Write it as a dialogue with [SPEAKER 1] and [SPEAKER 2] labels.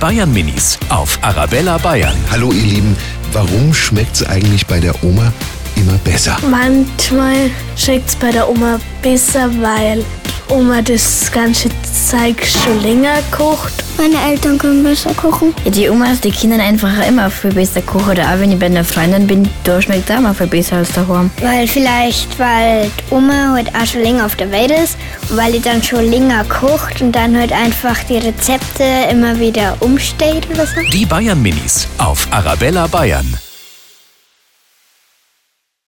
[SPEAKER 1] Bayern Minis auf Arabella Bayern.
[SPEAKER 2] Hallo ihr Lieben, warum schmeckt es eigentlich bei der Oma immer besser?
[SPEAKER 3] Manchmal schmeckt's bei der Oma besser, weil die Oma das ganze Zeug schon länger kocht.
[SPEAKER 4] Meine Eltern können besser kochen.
[SPEAKER 5] Ja, die Oma ist die Kinder einfach immer viel besser kochen. Oder auch wenn ich bei einer Freundin bin, da schmeckt es auch mal viel besser als daheim.
[SPEAKER 4] Weil vielleicht, weil die Oma halt auch schon länger auf der Welt ist und weil die dann schon länger kocht und dann halt einfach die Rezepte immer wieder umstellt oder so.
[SPEAKER 1] Die Bayern Minis auf Arabella Bayern.